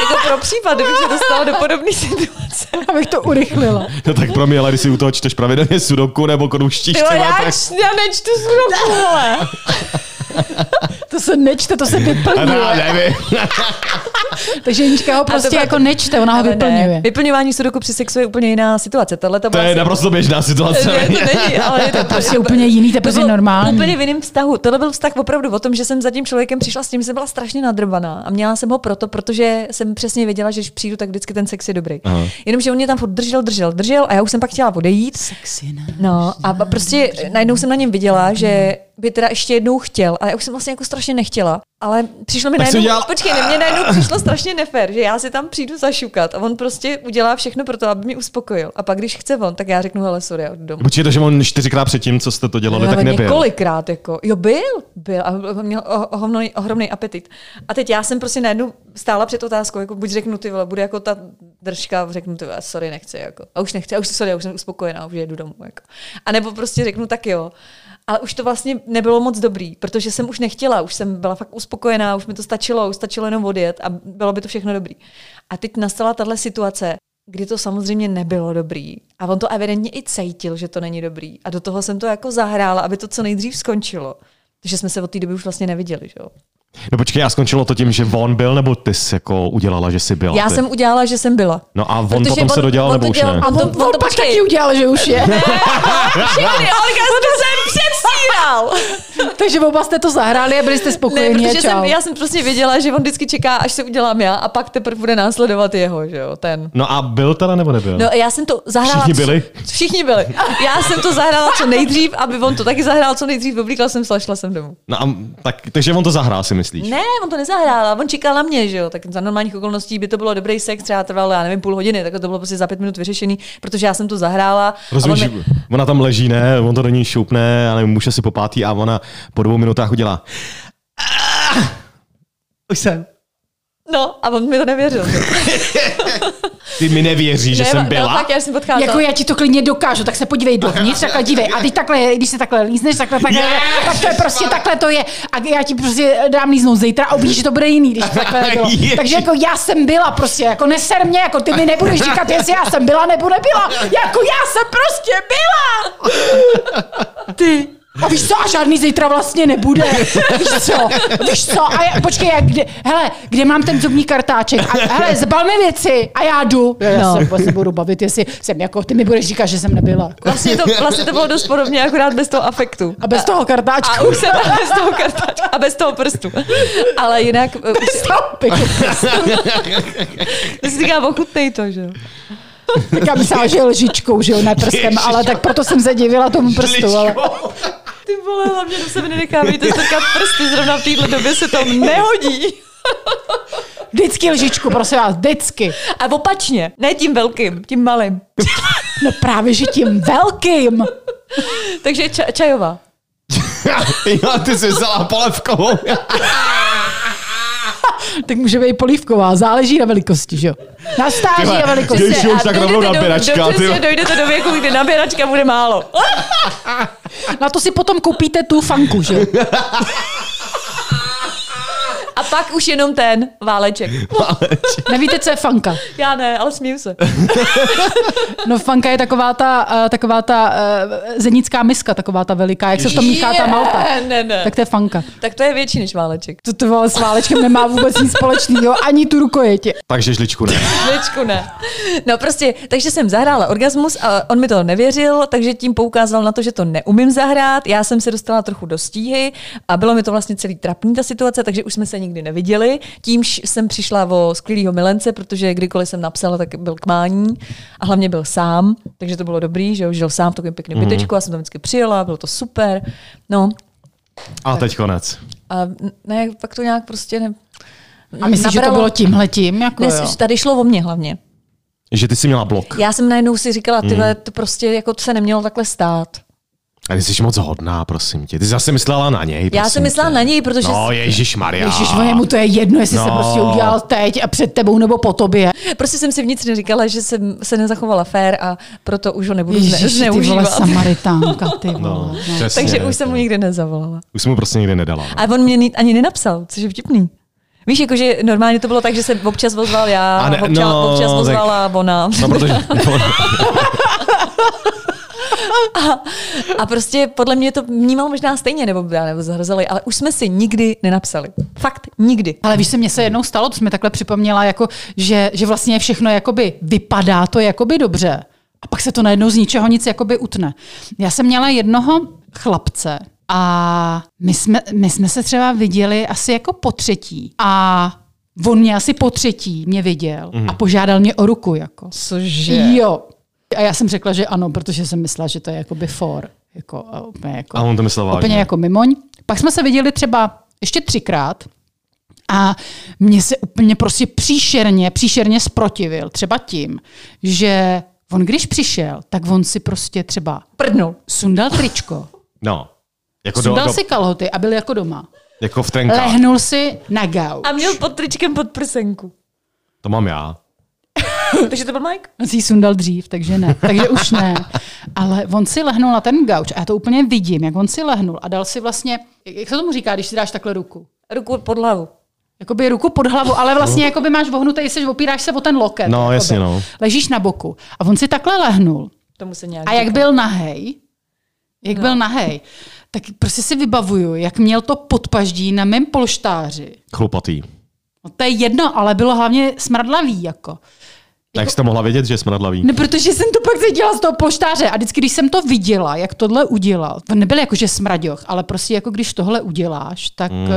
D: jako pro případ, kdybych se dostala do podobné situace.
C: Abych to urychlila.
E: No tak pro mě, ale když si u toho čteš pravidelně sudoku nebo konouštíš,
D: Ty vole,
E: třeba,
D: já,
E: tak...
D: č- já nečtu sudoku, vole.
C: To se nečte, to se
E: Já
C: vyplňuje.
E: nevím.
C: Takže Jinička ho prostě
D: pak-
C: jako nečte, ona ho
D: Ale ne,
C: vyplňuje.
D: Vyplňování sudoku při sexu je úplně jiná situace. Tohle to,
E: To
D: byla
E: je
D: si-
E: naprosto běžná situace.
D: Ne, to není, ale vlastně- je to
E: <laughs>
C: prostě úplně jiný, to je prostě
D: bylo
C: normální.
D: Úplně v jiném vztahu. Tohle byl vztah opravdu o tom, že jsem za tím člověkem přišla s tím, že jsem byla strašně nadrbaná a měla jsem ho proto, protože jsem přesně věděla, že když přijdu, tak vždycky ten sex je dobrý. Aha. Jenomže on mě tam furt držel, držel, držel a já už jsem pak chtěla odejít.
C: Sexy, ne?
D: No a ba- prostě najednou jsem na něm viděla, že by teda ještě jednou chtěl, ale já už jsem vlastně jako strašně nechtěla. Ale přišlo mi
E: Tak jsi
D: najednou,
E: udělala-
D: počkej, ne, mě najednou přišlo strašně nefér, že já si tam přijdu zašukat a on prostě udělá všechno pro to, aby mě uspokojil. A pak, když chce on, tak já řeknu, hele, sorry, já jdu domů.
E: Určitě to, že on čtyřikrát předtím, co jste to dělali, tak
D: Ale
E: nebyl.
D: Několikrát, jako. Jo, byl, byl a měl o- ohromný, ohromný apetit. A teď já jsem prostě najednou stála před otázkou, jako buď řeknu ty vole, bude jako ta držka, řeknu ty vole, sorry, nechci, jako. A už nechci, a už sorry, já už jsem uspokojená, už jedu domů, jako. A nebo prostě řeknu tak jo. Ale už to vlastně nebylo moc dobrý, protože jsem už nechtěla, už jsem byla fakt uspokojená, už mi to stačilo, už stačilo jenom odjet a bylo by to všechno dobrý. A teď nastala tahle situace, kdy to samozřejmě nebylo dobrý. A on to evidentně i cítil, že to není dobrý. A do toho jsem to jako zahrála, aby to co nejdřív skončilo. Takže jsme se od té doby už vlastně neviděli, že jo?
E: No počkej, a skončilo to tím, že on byl, nebo ty jsi jako udělala, že jsi byla?
D: Já
E: ty?
D: jsem udělala, že jsem byla.
E: No a on potom se dodělal, nebo
D: to
E: už ne?
D: dělal-
C: A
D: On to,
C: on,
D: on to
C: pak
D: počkej,
C: taky udělal, že už je.
D: všechny orgasmy jsem <laughs> předstíral.
C: <laughs> Takže oba jste to zahráli a byli jste
D: Ne,
C: spokojení.
D: protože
C: a čau.
D: jsem, já jsem prostě věděla, že on vždycky čeká, až se udělám já a pak teprve bude následovat jeho, že jo, ten.
E: No a byl teda, nebo nebyl?
D: No a já jsem to zahrála.
E: Všichni byli?
D: Všichni byli. Já jsem to zahrála co nejdřív, aby on to taky zahrál co nejdřív, oblíkla jsem se a šla jsem domů.
E: No a tak, takže on to zahrál, si myslíš?
D: Ne, on to nezahrál, ale on čekal na mě, že jo. Tak za normálních okolností by to bylo dobrý sex, třeba trvalo, já nevím, půl hodiny, tak to bylo prostě za pět minut vyřešený, protože já jsem to zahrála. a
E: Rozumíš,
D: on
E: že
D: mi-
E: ona tam leží, ne, on to do ní šoupne, ale muž si popátí a ona po dvou minutách udělá. "Ah, Už jsem.
D: No, a on mi to nevěřil.
E: Ty mi nevěříš, <laughs> že
D: Ne,
E: jsem
D: no,
E: byla?
D: tak já jsem potkala.
C: Jako
D: to-
C: já ti to klidně dokážu, tak se podívej dovnitř, takhle dívej. A teď takhle, když se takhle lízneš, takhle, takhle, tak to je prostě takhle to je. A já ti prostě dám líznout zítra a uvidíš, že to bude jiný, když to takhle nebylo.
E: Ježiš.
C: Takže jako já jsem byla prostě, jako neser mě, jako ty mi nebudeš říkat, jestli já jsem byla nebo nebyla. Jako já jsem prostě byla.
D: Ty
C: A víš co, a žádný zítra vlastně nebude. Víš co, víš co, a já, počkej, já kde, hele, kde mám ten zubní kartáček? A, hele, zbal mi věci a já jdu. Já
D: No.
C: no. se vlastně budu bavit, jestli jsem jako, ty mi budeš říkat, že jsem nebyla.
D: Vlastně to, vlastně to bylo dost podobně, akorát bez toho afektu.
C: A bez toho kartáčku.
D: A už jsem <laughs> bez toho kartáčka a bez toho prstu. Ale jinak, eh, už,
C: Stopy.
D: to si říká, ochutnej to, že jo.
C: Tak já myslela, že lžičkou, že jo, ne prstem, ale tak proto jsem se divila tomu prstu. Ale...
D: Ty vole, hlavně do sebe nenechávejte strkat prsty, zrovna v této době se to nehodí.
C: Vždycky lžičku, prosím vás, vždycky.
D: A opačně, ne tím velkým, tím malým.
C: No právě, že tím velkým.
D: Takže ča- čajová.
E: <laughs> jo, ty jsi vzala polevkovou.
C: Tak může být polívková, záleží na velikosti, že jo? Na stáří
E: Tyhle,
C: a velikosti.
E: když už tak
D: A dojdete
E: rovnou
D: do-
E: nabíračka,
D: do-
E: ty jo.
D: přesně, Dojdete do věku, kdy nabíračka bude málo.
C: Na to si potom koupíte tu fanku, že jo?
D: A pak už jenom ten váleček.
C: Nevíte, co je fanka?
D: Já ne, ale smím se.
C: No fanka je taková ta, eh, taková ta eh, zenická miska, taková ta veliká, jak se v tom míchá ta malta.
D: Je, Ne, ne.
C: Tak to je fanka.
D: Tak to je větší než váleček.
C: To to vole s válečkem nemá vůbec nic společného, ani tu rukojetě.
E: Takže žličku ne.
D: Věčku ne. No prostě, takže jsem zahrála orgasmus a on mi to nevěřil, takže tím poukázal na to, že to neumím zahrát. Já jsem se dostala trochu do stíhy a bylo mi to vlastně celý trapný ta situace, takže už jsme se nikdy neviděli. Tímž jsem přišla o skvělýho milence, protože kdykoliv jsem napsala, tak byl kmání a hlavně byl sám, takže to bylo dobrý, že jo, žil sám v takovém pěkném bytečku, já jsem tam vždycky přijela, bylo to super. No,
E: A teď konec.
D: a ne, pak to nějak prostě ne...
C: A myslíš, že to
D: nabralo-
C: bylo tímhletím? Jako,
D: Dnes,
C: jo?
D: tady šlo o mě hlavně.
E: Že ty jsi měla blok.
D: Já jsem najednou si říkala,
E: Mm.
D: tyhle, to prostě jako to se nemělo takhle stát.
E: A ty jsi moc hodná, prosím tě. Ty jsi zase myslela na něj.
D: Já
E: prosím
D: jsem myslela
E: tě.
D: na něj, protože
E: No, Ježíš Maria.
C: Ježiš, mu to je jedno, jestli no. se
E: No.
C: prostě udělal teď a před tebou nebo po tobě.
D: prostě jsem si vnitřně říkala, že jsem se nezachovala fér a proto už ho nebudu zne-
C: Ježiš, ty vole
D: zneužívat.
C: samaritánka, ty vole. No.
E: přesně.
D: <laughs> Takže už jsem mu nikdy nezavolala.
E: Už jsem mu prostě nikdy nedala.
D: A on mě ni- ani nenapsal, což je vtipný. Víš, jakože normálně to bylo tak, že se občas ozval já,
E: A ne-
D: ne, občas,
E: no,
D: občas
E: tak-
D: ozvala ona. <laughs>
E: No, protože... <laughs>
D: A prostě podle mě to vnímal možná stejně, nebo já nebo zahrzeli, ale už jsme si nikdy nenapsali. Fakt nikdy.
C: Ale víš, se mně se jednou stalo, to jsi mi takhle připomněla, jako, že, že vlastně všechno jakoby, vypadá to jakoby dobře. A pak se to najednou z ničeho nic jakoby utne. Já jsem měla jednoho chlapce a my jsme, my jsme se třeba viděli asi jako po třetí. A on mě asi po třetí mě viděl a požádal mě o ruku. Jako.
D: Cože?
C: Jo. A já jsem řekla, že ano, protože jsem myslela, že to je jakoby for. Jako, a úplně jako,
E: A on to myslel vážně.
C: Úplně jako mimoň. Pak jsme se viděli třeba ještě třikrát a mě se úplně prostě příšerně, příšerně sprotivil. Třeba tím, že on když přišel, tak on si prostě třeba
D: Prdnul.
C: sundal tričko,
E: No. Jako, do,
C: sundal
E: do,
C: si kalhoty a byl jako doma.
E: jako v trenkách.
C: Lehnul si na gau.
D: A měl pod tričkem pod prsenku.
E: To mám já.
D: Takže to byl Mike?
C: On si ji sundal dřív, takže ne. Takže už ne. Ale on si lehnul na ten gauč a já to úplně vidím, jak on si lehnul a dal si vlastně, jak se tomu říká, když si dáš takhle ruku?
D: Ruku pod hlavu.
C: Jakoby ruku pod hlavu, ale vlastně jakoby máš vohnutý, jsi, opíráš se o ten loket.
E: No,
C: jakoby.
E: jasně, no.
C: Ležíš na boku. A on si takhle lehnul.
D: Tomu se nějak
C: A jak
D: říká.
C: byl nahej, jak no. byl nahej, tak prostě si vybavuju, jak měl to podpaždí na mém polštáři.
E: Chlupatý.
C: No, to je jedno, ale bylo hlavně smradlavý, jako.
E: A jak jsi to mohla vědět, že je smradlavý?
C: No, protože jsem to pak cítila z toho poštáře a vždycky, když jsem to viděla, jak tohle udělal, to nebyl jako, že smraďoch, ale prostě jako když tohle uděláš, tak
E: Hmm.
C: mm.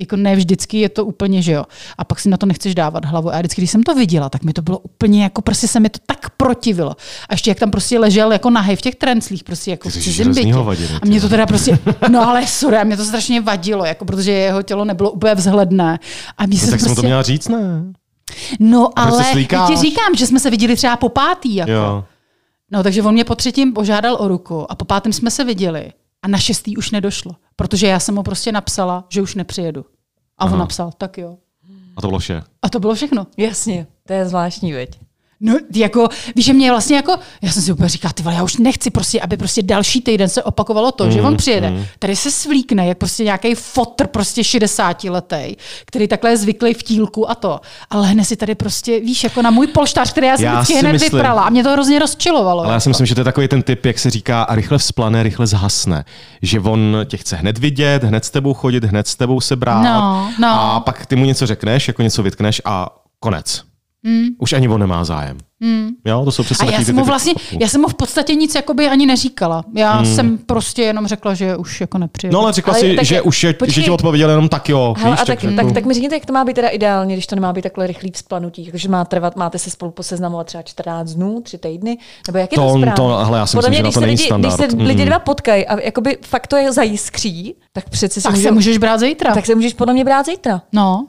C: jako ne vždycky je to úplně, že jo. A pak si na to nechceš dávat hlavu. A já vždycky, když jsem to viděla, tak mi to bylo úplně jako, prostě se mi to tak protivilo. A ještě jak tam prostě ležel jako nahej v těch trenclích, prostě jako
E: Ty
C: v
E: jsi
C: cizím
E: hroznýho
C: bytě.
E: vadinu,
C: A mě to teda prostě, no ale sorry, a mě to strašně vadilo, jako protože jeho tělo nebylo úplně vzhledné. A mě se
E: No, tak
C: prostě...
E: jsem to měla říct, ne?
C: No
E: proč se
C: ale, já
E: slíkáš?
C: ti říkám, že jsme se viděli třeba po pátý, jako.
E: Jo.
C: No, takže on mě po třetím požádal o ruku a po pátém jsme se viděli a na šestý už nedošlo, protože já jsem mu prostě napsala, že už nepřijedu. A on napsal, tak jo.
E: A to bylo vše.
C: A to bylo všechno.
D: Jasně, to je zvláštní, veď.
C: No, jako, víš, že mě vlastně jako, já jsem si úplně říkala, ty vole, já už nechci prostě, aby prostě další týden se opakovalo to, mm, že
E: Mhm,
C: on přijede. Mm. Tady se svlíkne, jak prostě nějaký fotr prostě 60 letý, který takhle je zvyklý v tílku a to. Ale hned si tady prostě, víš, jako na můj polštář, který já jsem
E: Já
C: vždycky
E: si
C: hned
E: myslím-
C: vyprala a mě to hrozně rozčilovalo.
E: Ale já si myslím, že to je takový ten typ, jak se říká, rychle vzplane, rychle zhasne. Že on tě chce hned vidět, hned s tebou chodit, hned s tebou se brát.
C: No, no.
E: A pak ty mu něco řekneš, jako něco vytkneš a konec. Mm. Už ani on nemá zájem. Mm. Jo, to jsou přesně
C: A já
E: takový ty
C: jsem mu
E: typy
C: vlastně,
E: chlapů.
C: já jsem mu v podstatě nic jakoby ani neříkala. Já hmm. jsem prostě jenom řekla, že už jako nepřijedu.
E: No ale řekla
D: Ale
E: si,
D: tak-
E: že už je, že
D: počkej.
E: ti odpověděl jenom tak jo.
D: Hele,
E: víš,
D: a tak,
E: jako-
D: tak, tak mi řekněte, jak to má být teda ideálně, když to nemá být takhle rychlý vzplanutí, jakože má trvat, máte se spolu poseznamovat třeba 14 dnů, 3 týdny, nebo jak je to,
E: To-
D: správně?
E: to- hele, já si myslím,
D: Podle mě,
E: že na
D: když
E: to
D: se
E: není
D: lidi, Když se
E: standard.
D: lidi
E: Mm.
D: dva potkají a jakoby fakt to je zajiskří, tak přece se
C: tak
D: můžou-
C: se můžeš brát zítra.
D: tak se můžeš podle mě brát zítra.
C: No,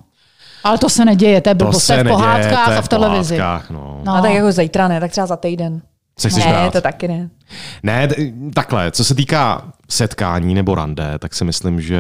C: ale to se neděje, to je
E: To
C: blbost, to
E: se
C: je v
E: neděje,
C: pohádkách
E: to je
C: a v televizi.
E: pohádkách, No.
C: No.
D: A tak jako zítra ne, tak třeba za týden.
E: Se chceš
D: ne,
E: brát?
D: to taky ne.
E: Ne, t- takhle, co se týká setkání nebo rande, tak si myslím, že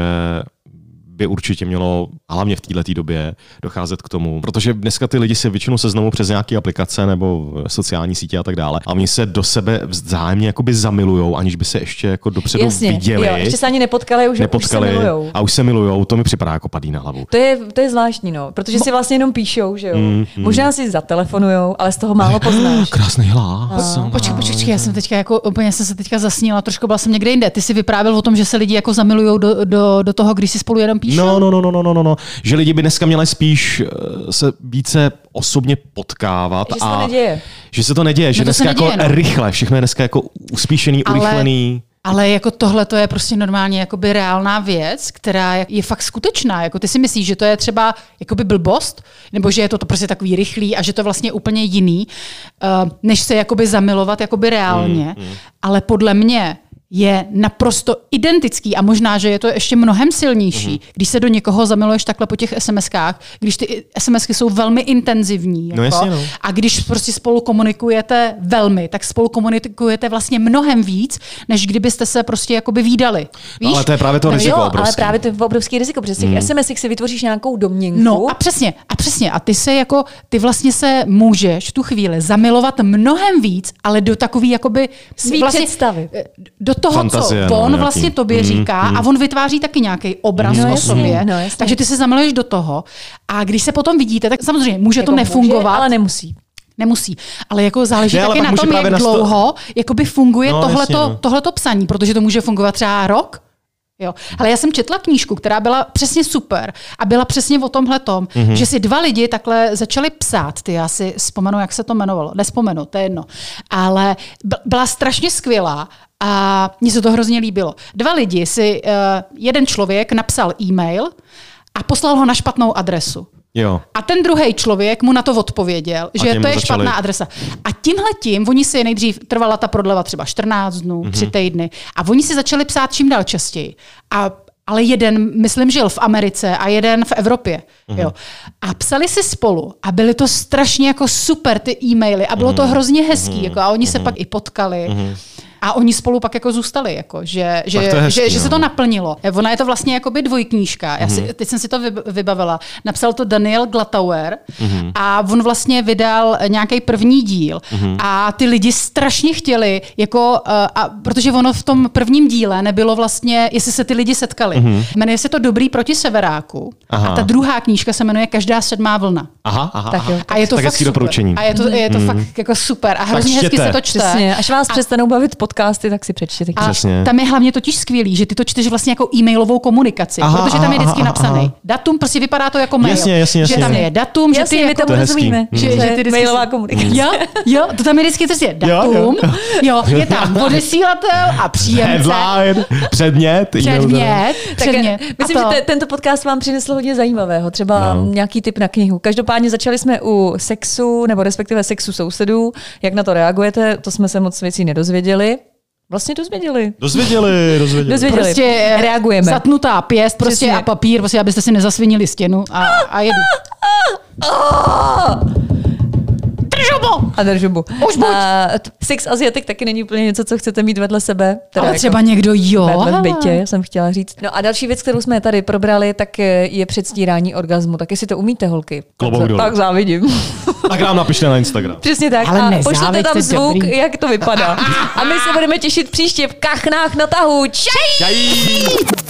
E: by určitě mělo, hlavně v této době, docházet k tomu, protože dneska ty lidi se většinou seznamují přes nějaké aplikace nebo sociální sítě a tak dále. A oni se do sebe vzájemně jakoby zamilujou, aniž by se ještě jako dopředu
D: Jasně,
E: viděli,
D: jo, ještě se ani nepotkali, už,
E: nepotkali
D: už se milujou.
E: a už se milujou, to mi připadá jako padí na hlavu.
D: To je, to je zvláštní, no, protože si vlastně jenom píšou, že jo. Mm, mm. Možná si zatelefonujou, ale z toho málo poznáš.
E: Krásný hlas. No.
C: Počkej, počkej, počkej, já jsem teďka jako, úplně jsem se teďka zasnila, trošku byla jsem někde jinde. Ty jsi vyprávěl o tom, že se lidi jako zamilují do, do, do toho, když si spolu jenom píšou.
E: No, no, no, no, no, no, no, no, že lidi by dneska měli spíš eh, se více osobně potkávat.
D: Že se to
E: a
D: neděje.
E: Že se to neděje, že
C: No to se
E: dneska jako
C: neděje, no.
E: rychle, všechno je dneska jako uspíšený,
C: Ale-
E: urychlený.
C: Ale jako tohle to je prostě normálně jakoby reálná věc, která je, je fakt skutečná. Jako ty si myslíš, že to je třeba jakoby blbost, nebo že je to, to prostě takový rychlý a že to je vlastně úplně jiný, uh, než se jakoby zamilovat jakoby reálně. Mm, mm. Ale podle mě je naprosto identický a možná, že je to ještě mnohem silnější, mm. když se do někoho zamiluješ takhle po těch SMSkách, když ty SMSky jsou velmi intenzivní. Jako,
E: No jasně, no.
C: a když prostě spolu komunikujete velmi, tak spolu komunikujete vlastně mnohem víc, než kdybyste se prostě jakoby výdali. Víš?
E: No, ale to je právě to
D: No
E: riziko
D: jo, ale
E: obrovský.
D: právě to je obrovský riziko, protože z těch SMS si vytvoříš nějakou domněnku.
C: No a přesně, a přesně. A ty se jako, ty vlastně se můžeš v tu chvíli zamilovat mnohem víc, ale do takový jakoby...
D: Svý představy.
C: eh, Do toho,
E: Fantazie,
C: co
E: no,
C: on
E: nějaký.
C: vlastně tobě
E: Mm,
C: říká a on vytváří taky nějaký obraz
D: No
C: o
D: jasně,
C: sobě.
D: no jasně.
C: takže ty se zamiluješ do toho a když se potom vidíte, tak samozřejmě může
D: Jako
C: to
D: může,
C: nefungovat.
D: ale nemusí.
C: Nemusí, ale jako záleží
E: Ne,
C: ne,
E: ale
C: ale
E: pak
C: taky na
E: může
C: tom,
E: právě
C: jak
E: nasto-
C: dlouho jakoby funguje
E: No,
C: no,
E: jasně,
C: tohleto,
E: no.
C: no. tohleto psaní, protože to může fungovat třeba rok. Jo. Ale já jsem četla knížku, která byla přesně super a byla přesně o tomhle tom, mm-hmm.
E: Mhm.
C: že si dva lidi takhle začali psát, ty já si vzpomenu, jak se to jmenovalo, nespomenu, to je jedno, ale b- byla strašně skvělá a mně se to hrozně líbilo. Dva lidi si, eh, jeden člověk napsal e-mail a poslal ho na špatnou adresu.
E: Jo.
C: A ten druhý člověk mu na to odpověděl,
E: A
C: že
E: těm
C: to je
E: začali-
C: špatná adresa. A tímhle tím, oni si nejdřív trvala ta prodleva třeba 14 dnů,
E: Mhm.
C: mm-hmm. 3 týdny, a oni si začali psát čím dál častěji. A, ale jeden, myslím, žil v Americe a jeden v Evropě.
E: Mhm.
C: Mm-hmm. Jo. A psali si spolu a byly to strašně jako super ty e-maily a bylo
E: Mhm.
C: to hrozně hezký. Jako, a oni se pak i potkali. A oni spolu pak jako zůstali, jako, že, že,
E: Tak Mhm. to je hezký,
C: že, že
E: no.
C: se to naplnilo. Ona je to vlastně jakoby dvojknížka. Já
E: Mhm.
C: si, teď jsem si to vyb- vybavila. Napsal to Daniel Glatauer
E: Mhm.
C: a on vlastně vydal nějaký první díl
E: Mhm.
C: a ty lidi strašně chtěli, jako, eh, a, protože ono v tom prvním díle nebylo vlastně, jestli se ty lidi setkali. Jmenuje se to Dobrý proti severáku
E: Mhm. Aha.
C: a ta druhá knížka se jmenuje Každá sedmá vlna.
E: Aha, aha,
D: Tak
E: aha.
D: jo.
C: A je to
E: tak
C: fakt
E: hezký
C: super.
E: doporučení. Mhm.
C: A je to, je to fakt jako super. A hrozně hezky
E: čtěte.
C: se to čte.
D: Přesně. Až vás přestanou bavit podcasty, tak si přečtěte.
C: A
E: Přesně.
C: tam je hlavně totiž skvělý, že ty to čteš vlastně jako e-mailovou komunikaci,
E: Aha,
C: aha, protože tam
E: aha,
C: je vždycky
E: aha,
C: napsaný
E: aha.
C: datum, prostě vypadá to jako mail.
E: Jasně, jasně, jasně.
C: Že tam je datum, že
D: Jasně,
C: ty
D: my
C: jako...
D: tomu
E: To je hezký.
D: rozumíme.
E: Mm.
D: Že, že,
C: vždycky-
D: mailová komunikace.
C: Jo, jo, to tam je vždycky prostě
E: Jo,
C: datum,
E: jo.
C: jo,
E: <laughs>
C: je tam odesílatel a příjemce,
E: Headline, předmět, e-mail,
C: předmět,
D: Tak eh,
C: předmět. a
D: myslím,
C: to.
D: že te, tento podcast vám přinesl hodně zajímavého, třeba
E: No.
D: no. nějaký tip na knihu. Každopádně začali jsme u sexu, nebo respektive sexu sousedů. Jak na to reagujete, to jsme se moc věcí nedozvěděli. Vlastně dozvěděli.
E: Dozvěděli, dozvěděli.
D: Dozvěděli.
C: Prostě
D: reagujeme.
C: Zatnutá pěst prostě
D: Přesně.
C: a papír, prostě, abyste si nezasvinili stěnu a, a jedu. Držobo!
D: Ah! A držubu.
C: Už buď.
D: A t- Six Asiatic taky není úplně něco, co chcete mít vedle sebe.
C: Ale
D: jako-
C: třeba někdo jo.
D: vedle v bytě, jsem chtěla říct. No a další věc, kterou jsme tady probrali, tak eh, je předstírání orgazmu. Tak jestli to umíte, holky.
E: Klobouk
D: tak,
E: dolů.
D: tak závidím. <laughs>
E: Tak nám napište na Instagram.
D: Přesně tak.
C: Ale
D: a pošlete
C: nezávidět, to
D: tam
C: je
D: zvuk,
C: dobrý.
D: jak to vypadá. A my se budeme těšit příště v kachnách na tahu. Čau!
E: Čají!